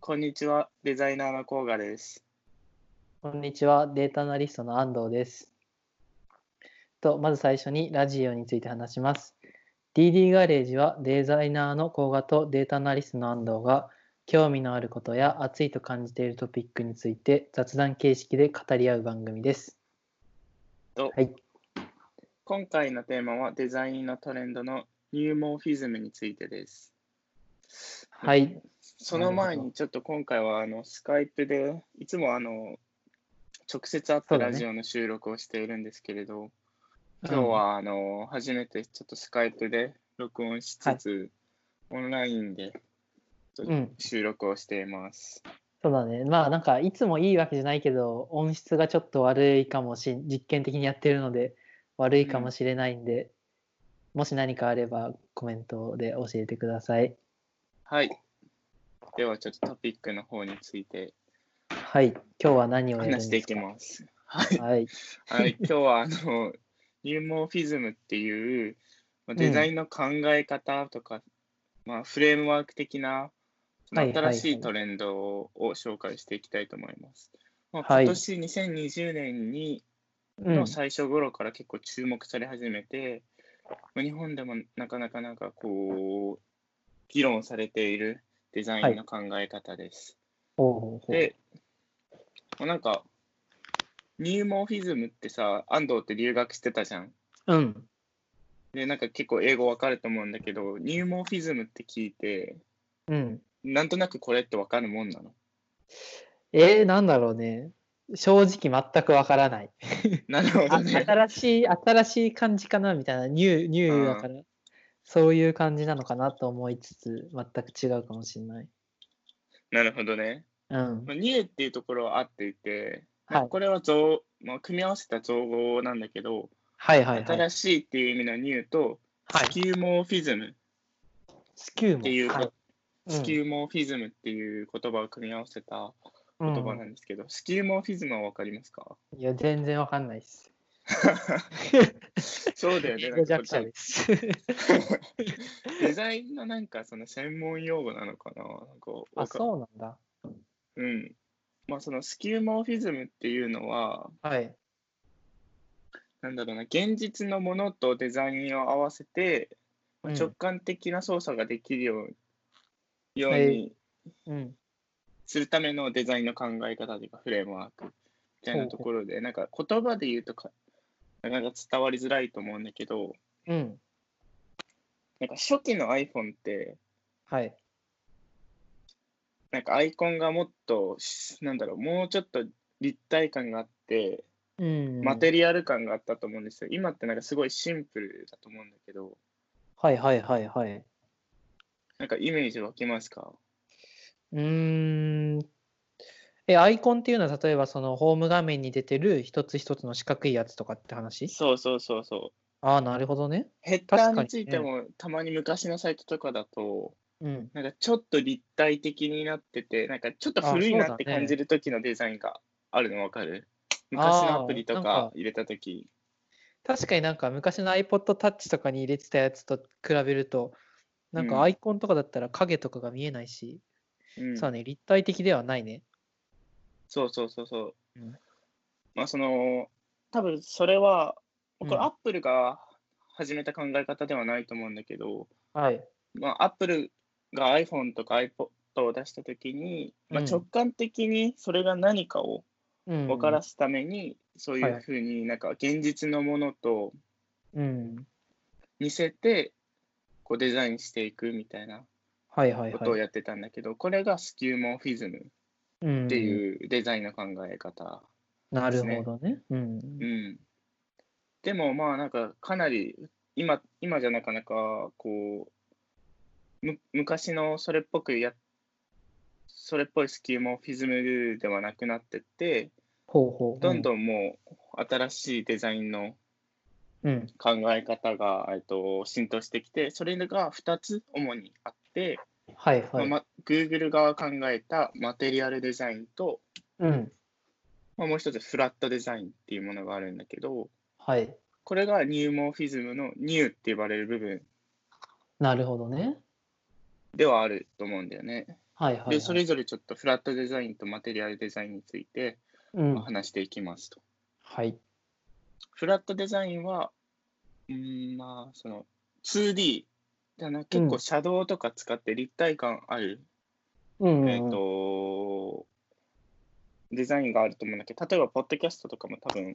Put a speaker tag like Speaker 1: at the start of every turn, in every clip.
Speaker 1: こんにちは、デザイナーの甲賀です。
Speaker 2: こんにちは、データアナリストの安藤です。と、まず最初にラジオについて話します。DD ガレージはデザイナーの甲賀とデータアナリストの安藤が興味のあることや熱いと感じているトピックについて雑談形式で語り合う番組です。
Speaker 1: と
Speaker 2: はい。
Speaker 1: 今回のテーマはデザインのトレンドのニューモーフィズムについてです。
Speaker 2: はい。
Speaker 1: その前
Speaker 2: なるほ
Speaker 1: にちょっと今回はあのスカイプでいつもあの直接会ったラジオの収録をしているんですけれど、今日はあの初めてちょっとスカイプで録音しつつ、オンラインで
Speaker 2: うん、
Speaker 1: 収録をしています。
Speaker 2: そうだね。まあなんかいつもいいわけじゃないけど、音質がちょっと悪いかもしん、実験的にやってるので悪いかもしれないんで、もし何かあればコメントで教えてください。
Speaker 1: はい。ではちょっとトピックの方について
Speaker 2: はい。今日は何をやるんで
Speaker 1: 話し
Speaker 2: すか
Speaker 1: ていきます。はい。
Speaker 2: はい。
Speaker 1: はい、今日はあのニューモーフィズムっていうまあ
Speaker 2: うん
Speaker 1: デザインの考え方とか、まあ、フレームワーク的なまあ
Speaker 2: はいはいは
Speaker 1: 新
Speaker 2: い
Speaker 1: しいトレンドをを紹介していきたいと思います。まあ、
Speaker 2: はい
Speaker 1: 今年2020年に
Speaker 2: うん
Speaker 1: の。最初頃から結構注目され始めて、まあ日本でもなかなかなんかこう議論されているデザインの考え方です。
Speaker 2: ほうほうほう
Speaker 1: で、まあなんか、ニューモーフィズムってさ、安藤って留学してたじゃん。
Speaker 2: うん。
Speaker 1: で、なんか結構英語わかると思うんだけど、ニューモーフィズムって聞いて、
Speaker 2: うん。
Speaker 1: なんとなくこれってわかるもんなの
Speaker 2: えー、なんだろうね。正直全くわからない。
Speaker 1: なるほ
Speaker 2: あ
Speaker 1: どね。
Speaker 2: 新しい、新しい感じかなみたいな、ニュー、ニューだから、そういう感じなのかなと思いつつ、全く違うかもしれない。
Speaker 1: なるほどね。
Speaker 2: うん。
Speaker 1: まあニューっていうところは合っていて、
Speaker 2: はい
Speaker 1: まあこれは造、まあ、組み合わせた造語なんだけど、
Speaker 2: はいはいはい。
Speaker 1: 新しいっていう意味のニューと、
Speaker 2: はい
Speaker 1: スキューモーフィズムっ
Speaker 2: スキューも。
Speaker 1: ていうこ、
Speaker 2: はい
Speaker 1: スキューモーフィズムっていう言葉を組み合わせた言葉なんですけど、スキューモーフィズムはわかりますか
Speaker 2: うんいや、全然わかんないです。
Speaker 1: そうだよね。な
Speaker 2: 英語
Speaker 1: んか
Speaker 2: 弱者です。
Speaker 1: デザインのなんかその専門用語なのかななんかわ
Speaker 2: あ、
Speaker 1: か
Speaker 2: そうなんだ。
Speaker 1: うん。まあそのスキューモーフィズムっていうのは、
Speaker 2: はい。
Speaker 1: なんだろうな、現実のものとデザインを合わせて、まあ
Speaker 2: うん
Speaker 1: 直感的な操作ができるよう,、よう
Speaker 2: は
Speaker 1: に
Speaker 2: いうん。
Speaker 1: するためのデザインの考え方というかフレームワークみたいなところで、なんか言葉で言うとか、なかなか伝わりづらいと思うんだけど、
Speaker 2: うん。
Speaker 1: なんか初期の iPhone って、
Speaker 2: はい。
Speaker 1: なんかアイコンがもっとし、なんだろう、もうちょっと立体感があって、
Speaker 2: うん。
Speaker 1: マテリアル感があったと思うんですよ。今ってなんかすごいシンプルだと思うんだけど、
Speaker 2: はいはいはいはい。
Speaker 1: なんかイメージ湧きますか
Speaker 2: うーん。え、アイコンっていうのは、例えばそのホーム画面に出てる一つ一つの四角いやつとかって話
Speaker 1: そうそうそうそう。
Speaker 2: ああ、なるほどね。
Speaker 1: ヘッダ
Speaker 2: 確
Speaker 1: ー
Speaker 2: かに
Speaker 1: についても、たまに昔のサイトとかだと、
Speaker 2: うん。
Speaker 1: なんかちょっと立体的になってて、なんかちょっと古い
Speaker 2: あそうだね
Speaker 1: なって感じる時のデザインがあるのわかる昔のアプリと
Speaker 2: なん
Speaker 1: か
Speaker 2: か
Speaker 1: 入れた時。
Speaker 2: 確かになんか昔の iPod Touch とかに入れてたやつと比べると、なん
Speaker 1: うん
Speaker 2: かアイコンとかだったら影とかが見えないし、
Speaker 1: うん
Speaker 2: そうね、立体的ではないね。
Speaker 1: そうそうそうそう。
Speaker 2: うん
Speaker 1: まあその多分それはこれ
Speaker 2: うん
Speaker 1: アップルが始めた考え方ではないと思うんだけど、
Speaker 2: はい。
Speaker 1: まあアップルが iPhone とか iPod を出した時に、まあ、
Speaker 2: うん
Speaker 1: 直感的にそれが何かを
Speaker 2: うん。
Speaker 1: 分からすために、そうい
Speaker 2: はいう
Speaker 1: ふうになんか現実のものと
Speaker 2: うん。
Speaker 1: 似せてこうデザインしていくみたいな
Speaker 2: はいはい
Speaker 1: ことを
Speaker 2: はい。
Speaker 1: やってたんだけど、これがスキューモーフィズム
Speaker 2: っ
Speaker 1: っていうデザインの考え方。
Speaker 2: な
Speaker 1: で
Speaker 2: る
Speaker 1: すね
Speaker 2: ほどね。うん。
Speaker 1: うん、でもまあなんかかなり今今じゃなかなかこうむ昔のそれっぽくやそれっぽいスキーもフィズムではなくなってって
Speaker 2: ほうほう。
Speaker 1: どん
Speaker 2: ん。
Speaker 1: どんもう新しいデザインの
Speaker 2: うん。
Speaker 1: 考え方が、えっと、浸透してきてそれが2つ主にあって、
Speaker 2: はいはい。
Speaker 1: まあま Google が考えたマテリアルデザインと、
Speaker 2: うん。
Speaker 1: まあ、もう一つフラットデザインっていうものがあるんだけど、
Speaker 2: はい。
Speaker 1: これがニューモーフィズムのニューって呼ばれる部分
Speaker 2: なるほどね。
Speaker 1: ではあると思うんだよね。
Speaker 2: はいはい、はい。
Speaker 1: で、それぞれちょっとフラットデザインとマテリアルデザインについて
Speaker 2: うん、
Speaker 1: まあ話していきますと。
Speaker 2: はい。
Speaker 1: フラットデザインは、うーん、まあ、その 2D だな、結構シャドウとか使って立体感ある、
Speaker 2: うん、うん。
Speaker 1: えっ、と、デザインがあると思うんだけど、例えば、ポッドキャストとかも多分、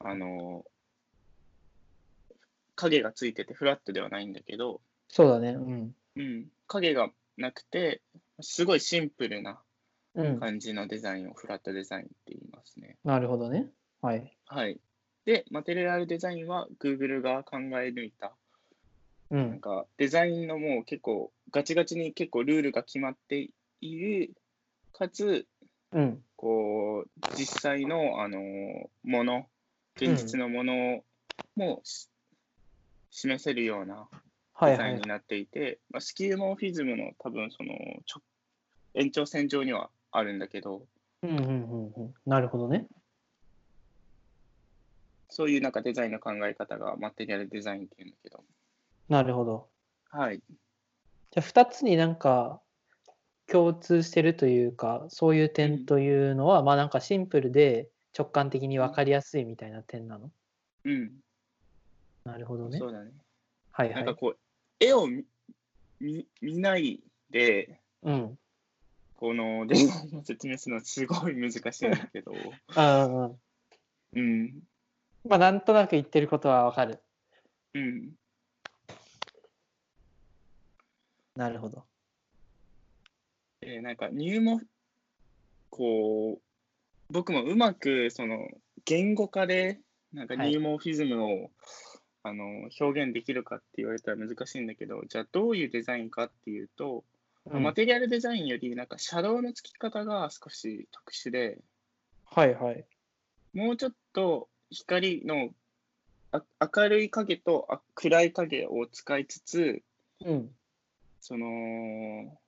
Speaker 1: あの、影がついててフラットではないんだけど、
Speaker 2: そうだね。うん。
Speaker 1: うん、影がなくて、すごいシンプルな
Speaker 2: うん。
Speaker 1: 感じのデザインをフラットデザインって言いますね。
Speaker 2: なるほどね。はい。
Speaker 1: はい。で、マテリアルデザインは Google が考え抜いた、
Speaker 2: う
Speaker 1: なん
Speaker 2: ん。
Speaker 1: かデザインのもう結構ガチガチに結構ルールが決まっている、かつ、
Speaker 2: うん。
Speaker 1: こう、実際の、あのもの、現実のものもし、示せるような
Speaker 2: は
Speaker 1: デ
Speaker 2: い
Speaker 1: ザ
Speaker 2: は
Speaker 1: イン
Speaker 2: い
Speaker 1: に。なっていて、まあ、スキューモフィズムの多分そのちょ延長線上にはあるんだけど
Speaker 2: うんうんうんうん。なるほどね。
Speaker 1: そういうなんかデザインの考え方がマテリアルデザインっていうんだけど
Speaker 2: なるほど。
Speaker 1: はい
Speaker 2: じゃあ2つになんか共通してるというかそういう点というのは、まあなんかシンプルで直感的に分かりやすいみたいな点なの、
Speaker 1: うん
Speaker 2: なるほどね
Speaker 1: そうだね
Speaker 2: はいは
Speaker 1: ないんかこう絵を見見見ないで
Speaker 2: うん
Speaker 1: このデザインを説明するのはすごい難しいんだけ ど
Speaker 2: あーうん
Speaker 1: うん
Speaker 2: まあなんとなく言ってることは分かる
Speaker 1: うん
Speaker 2: なるほど
Speaker 1: でなんか入もこう僕もうまくその言語化でなんか
Speaker 2: はい
Speaker 1: ニューモーフィズムを、あの表現できるかって言われたら難しいんだけどじゃあどういうデザインかっていうと、
Speaker 2: うん
Speaker 1: マテリアルデザインよりなんかシャドウのつき方が少し特殊で
Speaker 2: はいはい
Speaker 1: もうちょっと光のあ明るい影とあ暗い影を使いつつ
Speaker 2: うん
Speaker 1: その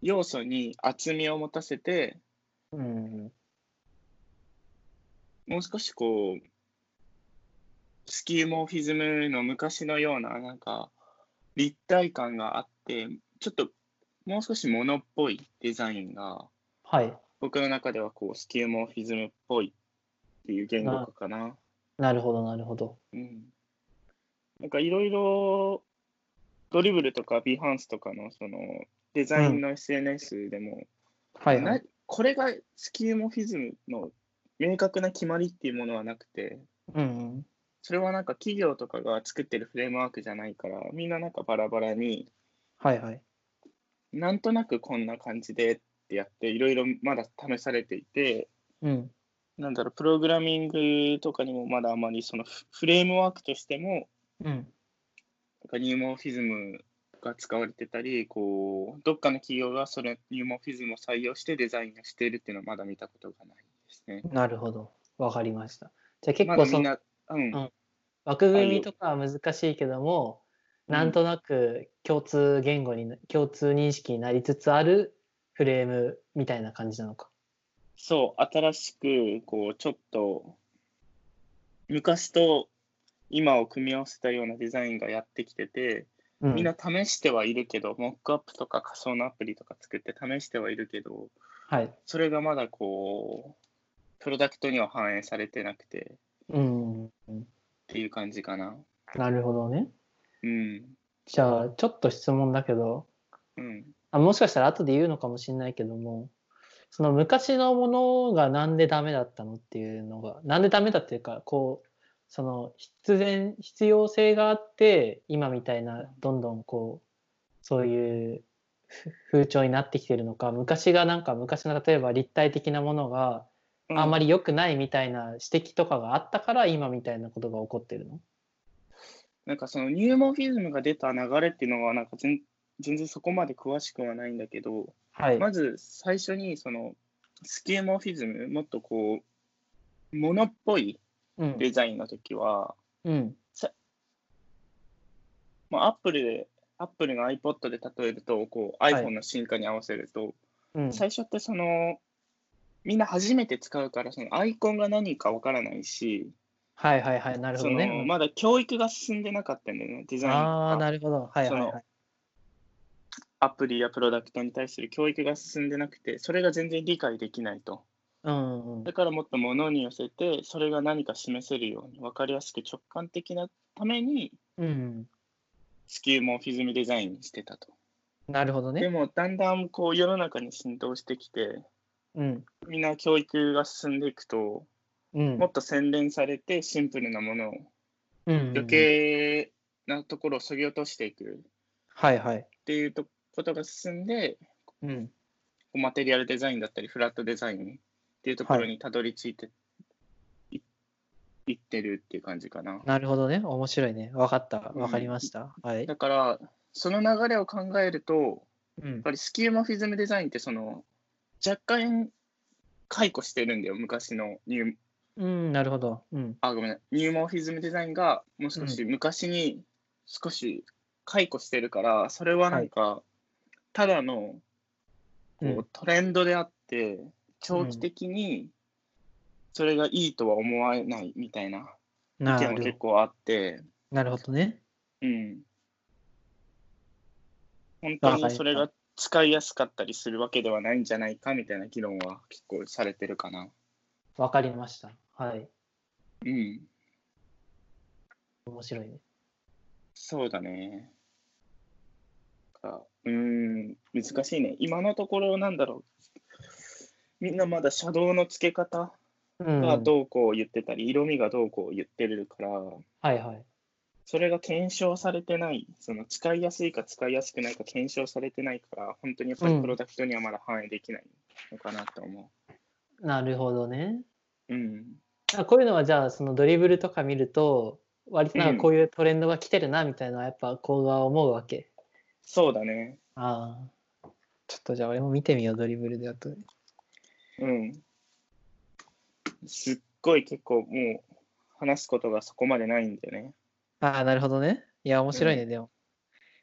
Speaker 1: 要素に厚みを持たせて
Speaker 2: うん
Speaker 1: もう少しこう、スキューモフィズムの昔のような、なんか、立体感があって、ちょっと、もう少しモノっぽいデザインが、
Speaker 2: はい
Speaker 1: 僕の中ではこう、スキューモフィズムっぽいっていう言語化かな。
Speaker 2: なるほどなるほど
Speaker 1: うん。なんかいろいろ、ドリブルとかビハンスとかの、その、デザインの SNS でも、
Speaker 2: はいは
Speaker 1: ないこれがスキューモフィズムの明確な決まりっていうものはなくて、
Speaker 2: うん
Speaker 1: それはなんか企業とかが作ってるフレームワークじゃないからみんななんかバラバラに
Speaker 2: はいはい
Speaker 1: なんとなくこんな感じでってやっていろいろまだ試されていて
Speaker 2: うん
Speaker 1: なんだろうプログラミングとかにもまだあまりそのフフレームワークとしても
Speaker 2: うん
Speaker 1: なんかニューモフィズムが使われてたりこうどっかの企業がそれニューモフィズムを採用してデザインをしているっていうのはまだ見たことがないですね。
Speaker 2: なるほど分かりましたじゃあ結
Speaker 1: ま
Speaker 2: 構
Speaker 1: だみ
Speaker 2: そ
Speaker 1: ん
Speaker 2: の
Speaker 1: なうん
Speaker 2: うん枠組みとかは難しいけども、なんとなく共通言語にな共通認識になりつつあるフレームみたいな感じなのか。
Speaker 1: そう、新しく、こう、ちょっと、昔と今を組み合わせたようなデザインがやってきてて、
Speaker 2: うん、
Speaker 1: みんな試してはいるけど、モックアップとか仮想のアプリとか作って試してはいるけど、
Speaker 2: はい。
Speaker 1: それがまだこう、プロダクトには反映されてなくて
Speaker 2: うん。
Speaker 1: っていう感じかな。
Speaker 2: なるほどね。
Speaker 1: うん。
Speaker 2: じゃあちょっと質問だけど
Speaker 1: うん。
Speaker 2: あもしかしたら後で言うのかもしれないけどもその昔のものがなんでダメだったのっていうのがなんでダメだっていうかこうその必然必要性があって今みたいなどんどんこうそういうふ風潮になってきてるのか昔がなんか昔の例えば立体的なものがあんま
Speaker 1: り。
Speaker 2: り良くないみたいな指摘とかがあったから今みたいなことが起こってるの
Speaker 1: なんかそのニューモフィズムが出た流れっていうのは、なんか全全然そこまで詳しくはないんだけど、
Speaker 2: はい。
Speaker 1: まず最初にそのスキューモフィズムもっとこうモノっぽい
Speaker 2: うん
Speaker 1: デザインの時は、
Speaker 2: うん
Speaker 1: まあ、アップルでアップルが iPod で例えるとこう
Speaker 2: い
Speaker 1: iPhone の進化に合わせると、
Speaker 2: うん
Speaker 1: 最初ってそのみんな初めて使うからそのアイコンが何かわからないし、
Speaker 2: はいはいはいなるほ
Speaker 1: そ
Speaker 2: どね。
Speaker 1: の
Speaker 2: うん
Speaker 1: まだ教育が進んでなかったんだよねデザインと
Speaker 2: ああー、
Speaker 1: か
Speaker 2: なるほど。はいはいはい。
Speaker 1: アプリやプロダクトに対する教育が進んでなくて、それが全然理解できないと。
Speaker 2: うんうん
Speaker 1: だからもっと物に寄せて、それが何か示せるように、分かりやすく直感的なために、
Speaker 2: うん
Speaker 1: 地球もフィズムデザインにしてたと。
Speaker 2: なるほど
Speaker 1: で
Speaker 2: ね
Speaker 1: も、だんだんこう世の中に浸透してきて、
Speaker 2: うん
Speaker 1: みんな教育が進んでいくと、
Speaker 2: うん
Speaker 1: もっと洗練されてシンプルなものを、
Speaker 2: うんうん
Speaker 1: 余計なところを削ぎ落としていくっ
Speaker 2: はいはい
Speaker 1: ていうとことが進んで、
Speaker 2: うん
Speaker 1: こうマテリアルデザインだったりフラットデザインっていうところにたどり着いて、い、いってるっていう感じかな。
Speaker 2: なるほどね面白いねわかった
Speaker 1: うん
Speaker 2: わかりました、はい
Speaker 1: だからその流れを考えるとやっ
Speaker 2: うん
Speaker 1: ぱりスキューマフィズムデザインってその若干解雇してるんだよ昔のニュー
Speaker 2: うんなるほどうん
Speaker 1: あごめんニューモフィズムデザインがもう少し昔に少し解雇してるから、それはなんかただのこう、
Speaker 2: うん
Speaker 1: トレンドであって長期的にそれがいいとは思わないみたいな
Speaker 2: な
Speaker 1: 意見も
Speaker 2: る
Speaker 1: 結構あって、
Speaker 2: なるほどね
Speaker 1: うん、本当にそれが使いやすかったりするわけではないんじゃないかみたいな議論は結構されてるかな。
Speaker 2: わかりましたはい
Speaker 1: うん、
Speaker 2: 面白いね
Speaker 1: そうだね。かうん、難しいね。今のところなんだろう。みんなまだシャドウの付け方
Speaker 2: うん
Speaker 1: がどうこう言ってたり、色味がどうこう言ってるから、
Speaker 2: はいはい
Speaker 1: それが検証されてない、その使いやすいか使いやすくないか検証されてないから、本当にやっぱ
Speaker 2: うん
Speaker 1: りプロダクトにはまだ反映できないのかなと思
Speaker 2: なるほどね
Speaker 1: う。うん。
Speaker 2: あこういうのはじゃあそのドリブルとか見ると割となん
Speaker 1: うん
Speaker 2: かこういうトレンドが来てるなみたいなのはやっぱこうが思うわけ、
Speaker 1: そうだね。
Speaker 2: ああちょっとじゃあ俺も見てみようドリブルであと
Speaker 1: うん。すっごい結構もう話すことがそこまでないんだよね。
Speaker 2: ああなるほどねいや面白いね、でも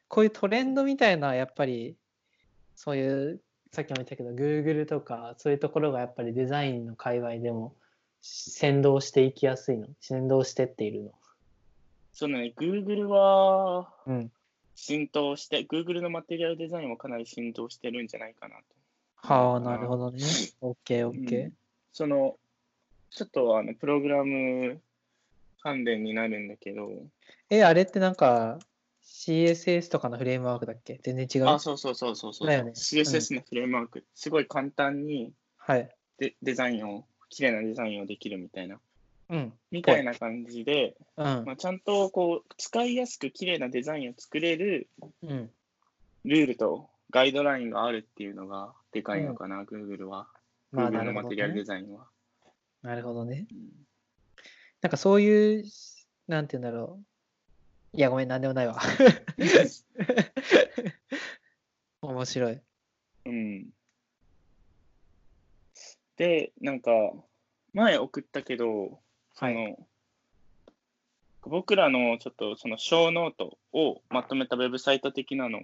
Speaker 2: こういうトレンドみたいなやっぱりそういうさっきも言ったけど Google とかそういうところがやっぱりデザインの界隈でも先導していきやすいの先導してっているの
Speaker 1: そうだね、Google は
Speaker 2: うん
Speaker 1: 浸透して、Google のマテリアルデザインはかなり浸透してるんじゃないかなと。
Speaker 2: はあなるほどね OKOK、
Speaker 1: うんその、ちょっとあのプログラム関連になるんだけど、
Speaker 2: えあれってなんか CSS とかのフレームワークだっけ全然違う
Speaker 1: あ、そうそうそうそうそう、
Speaker 2: だよね
Speaker 1: CSS のフレームワーク、すごい簡単に
Speaker 2: はい
Speaker 1: デデザインを、綺麗なデザインをできるみたいな、
Speaker 2: うん
Speaker 1: みたいな感じで、
Speaker 2: うん
Speaker 1: まあ、ちゃんとこう使いやすく綺麗なデザインを作れる
Speaker 2: うん
Speaker 1: ルールとガイドラインがあるっていうのがでかいのかな、Google は。
Speaker 2: まあ
Speaker 1: Google
Speaker 2: な
Speaker 1: の
Speaker 2: るほ
Speaker 1: マ
Speaker 2: ど
Speaker 1: テリアルデ
Speaker 2: ね
Speaker 1: ザインは。
Speaker 2: なるほどね
Speaker 1: うん
Speaker 2: なんかそういう、なんて言うんだろう。いや、ごめん、なんでもないわ。 面白い。
Speaker 1: うんで、なんか、前送ったけど、その、僕らのちょっとその小ノートをまとめたウェブサイト的なのを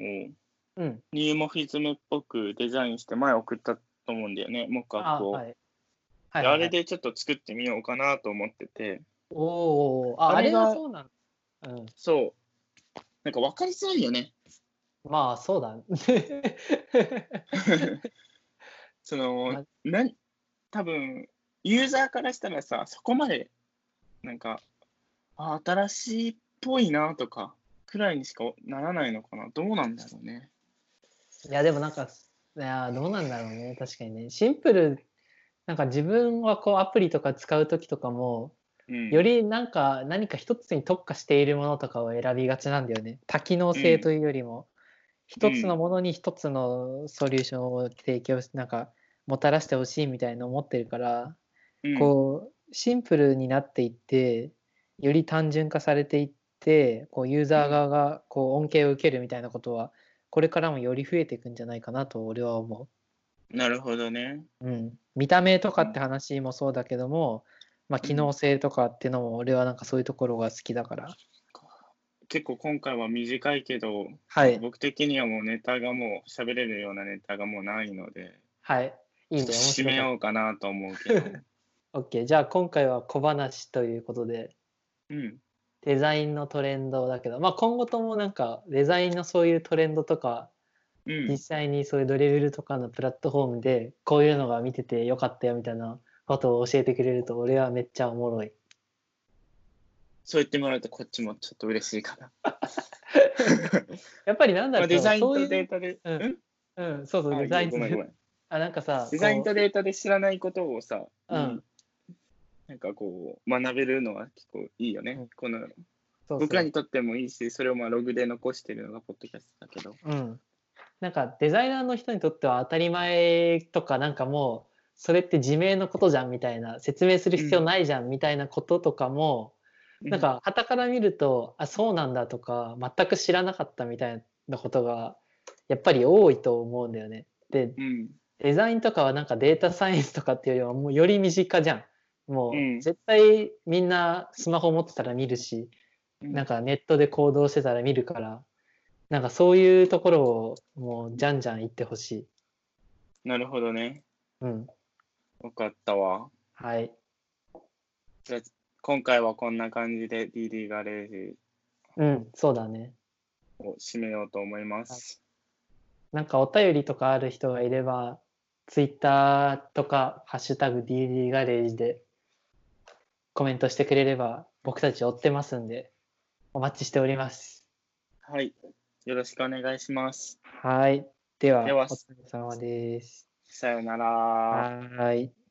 Speaker 2: うん。
Speaker 1: ニューモフィズムっぽくデザインして前送ったと思うんだよね、モックアップを。
Speaker 2: はい。は
Speaker 1: で
Speaker 2: いはい
Speaker 1: あれ。でちょっと作ってみようかなと思ってて、
Speaker 2: おーおーあ、あ
Speaker 1: あ
Speaker 2: れ
Speaker 1: れが
Speaker 2: がそうなんだ。うん。
Speaker 1: そう、なんか分かりづらいよね。
Speaker 2: まあ、そうだ。
Speaker 1: その
Speaker 2: ま、
Speaker 1: なん多分ユーザーからしたらさ、そこまで、なんか、あ新しいっぽいなとか、くらいにしかならないのかな。どうなんだろうね。
Speaker 2: いや、でもなんか、いや、どうなんだろうね。確かにね。シンプル、なんか自分はこう、アプリとか使うときとかも、
Speaker 1: うん、
Speaker 2: よりなんか何か一つに特化しているものとかを選びがちなんだよね。多機能性というよりも、
Speaker 1: うん
Speaker 2: 一つのものに一つのソリューションを提供し、なんかもたらしてほしいみたいな思ってるから、
Speaker 1: うん
Speaker 2: こうシンプルになっていって、より単純化されていって、こうユーザー側がこう恩恵を受けるみたいなことは、これからもより増えていくんじゃないかなと俺は思う。
Speaker 1: なるほどね。
Speaker 2: うん、見た目とかって話もそうだけども、まあ、機能性とかっていうのも俺はなんかそういうところが好きだから、
Speaker 1: 結構今回は短いけど、
Speaker 2: はい
Speaker 1: 僕的にはもうネタがもう喋れるようなネタがもうないので、
Speaker 2: はいい
Speaker 1: ちょ
Speaker 2: いね
Speaker 1: っと
Speaker 2: 面
Speaker 1: 締
Speaker 2: 白
Speaker 1: め
Speaker 2: い
Speaker 1: ようかなと思うけど。
Speaker 2: OK じゃあ今回は小話ということで
Speaker 1: うん、
Speaker 2: デザインのトレンドだけど、まあ、今後ともなんかデザインのそういうトレンドとか
Speaker 1: うん
Speaker 2: 実際にそういうドリブルとかのプラットフォームでこういうのが見ててよかったよみたいなことを教えてくれると俺はめっちゃおもろい。
Speaker 1: そう言ってもらうとこっちもちょっと嬉しいかな。
Speaker 2: やっぱりなん
Speaker 1: ま
Speaker 2: だろ
Speaker 1: あ、
Speaker 2: う、
Speaker 1: デザイン
Speaker 2: そうい
Speaker 1: と
Speaker 2: う
Speaker 1: データで、
Speaker 2: うん
Speaker 1: ん
Speaker 2: うん、そうそう、
Speaker 1: あ
Speaker 2: デザイン
Speaker 1: ごめんごめん
Speaker 2: あ、なんかさ、
Speaker 1: デザイン
Speaker 2: こう
Speaker 1: とデータで知らないことをさ、
Speaker 2: うん
Speaker 1: なんかこう学べるのは結構いいよね。
Speaker 2: うん
Speaker 1: この
Speaker 2: そうそう
Speaker 1: 僕らにとってもいいし、それをまあログで残してるのがポッドキャストだけど。
Speaker 2: うん、なんかデザイナーの人にとっては当たり前とかなんかもうそれって自明のことじゃんみたいな説明する必要ないじゃんみたいなこととかも、なんか傍から見るとあそうなんだとか全く知らなかったみたいなことがやっぱり多いと思うんだよね。で
Speaker 1: うん、
Speaker 2: デザインとかはなんかデータサイエンスとかっていうよりはもうより身近じゃん。も
Speaker 1: う
Speaker 2: うん絶対みんなスマホ持ってたら見るし、
Speaker 1: うん、
Speaker 2: なんかネットで行動してたら見るから、なんかそういうところをもうじゃんじゃん言ってほしい。
Speaker 1: なるほどね。
Speaker 2: うん。
Speaker 1: 分かったわ。
Speaker 2: はい。
Speaker 1: じゃあ今回はこんな感じで DD ガレージ
Speaker 2: うん、そうだね。
Speaker 1: を締めようと思います。
Speaker 2: なんかお便りとかある人がいれば、ツイッターとか、ハッシュタグ DD ガレージでコメントしてくれれば、僕たち追ってますんで、お待ちしております。
Speaker 1: はい。よろしくお願いします。
Speaker 2: はい。では、
Speaker 1: では
Speaker 2: お疲れ様です。
Speaker 1: さよなら。
Speaker 2: はーい。